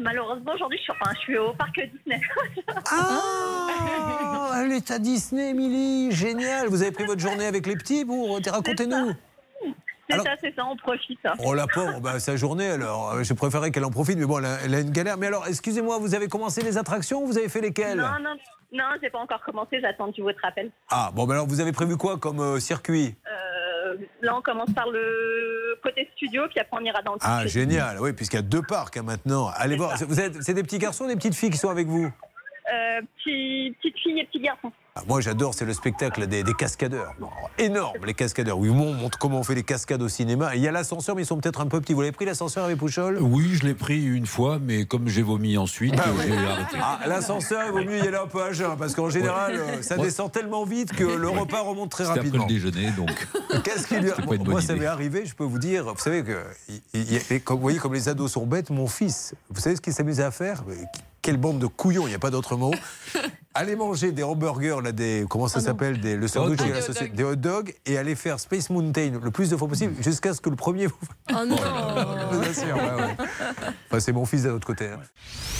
malheureusement, aujourd'hui, je, suis- enfin, je suis au parc Disney. Ah Elle est à Disney, Émilie Génial Vous avez pris votre journée avec les petits pour... euh, Racontez-nous c'est Alors- ça, c'est ça, on profite. Oh la pauvre, bah, sa journée alors, Euh, j'ai préféré qu'elle en profite, mais bon, elle a, elle a une galère. Mais alors, excusez-moi, vous avez commencé les attractions ou vous avez fait lesquelles Non, non, non, j'ai pas encore commencé, j'attends du votre appel. Ah, bon, bah alors vous avez prévu quoi comme euh, circuit Euh, là, on commence par le côté studio, puis après, on ira dans le Ah, coucher. génial, oui, puisqu'il y a deux parcs hein, maintenant. Allez voir, vous êtes- c'est des petits garçons ou des petites filles qui sont avec vous Euh, petit- Petite fille et petit garçon. Ah, Moi, j'adore, c'est le spectacle des, des cascadeurs. Bon, alors, énorme, les cascadeurs. Oui, on montre comment on fait les cascades au cinéma. Et Il y a l'ascenseur, mais ils sont peut-être un peu petits. Vous l'avez pris l'ascenseur avec Pouchol Oui, je l'ai pris une fois, mais comme j'ai vomi ensuite, j'ai arrêté. ah, l'ascenseur, il vaut mieux y aller un peu à jeun, parce qu'en général, euh, ça Moi- descend tellement vite que le repas remonte très C'était après le rapidement. déjeuner, donc. Qu'est-ce qu'il y a C'était pas Moi, une bonne moi, ça idée. m'est arrivé, je peux vous dire. Vous savez que, il- il- et comme, vous voyez, comme les ados sont bêtes, mon fils, vous savez ce qu'il s'amusait à faire Mais Quelle bande de couillons, il n'y a pas d'autre mot. Aller manger des hamburgers, là, des, comment ça s'appelle des- Le sandwich dogs. de la Ah, des hot société, dogs. des hot dogs, et aller faire Space Mountain le plus de fois possible, jusqu'à ce que le premier vous Oh non vous assure, ouais, ouais. Enfin, c'est mon fils d'un autre côté. hein.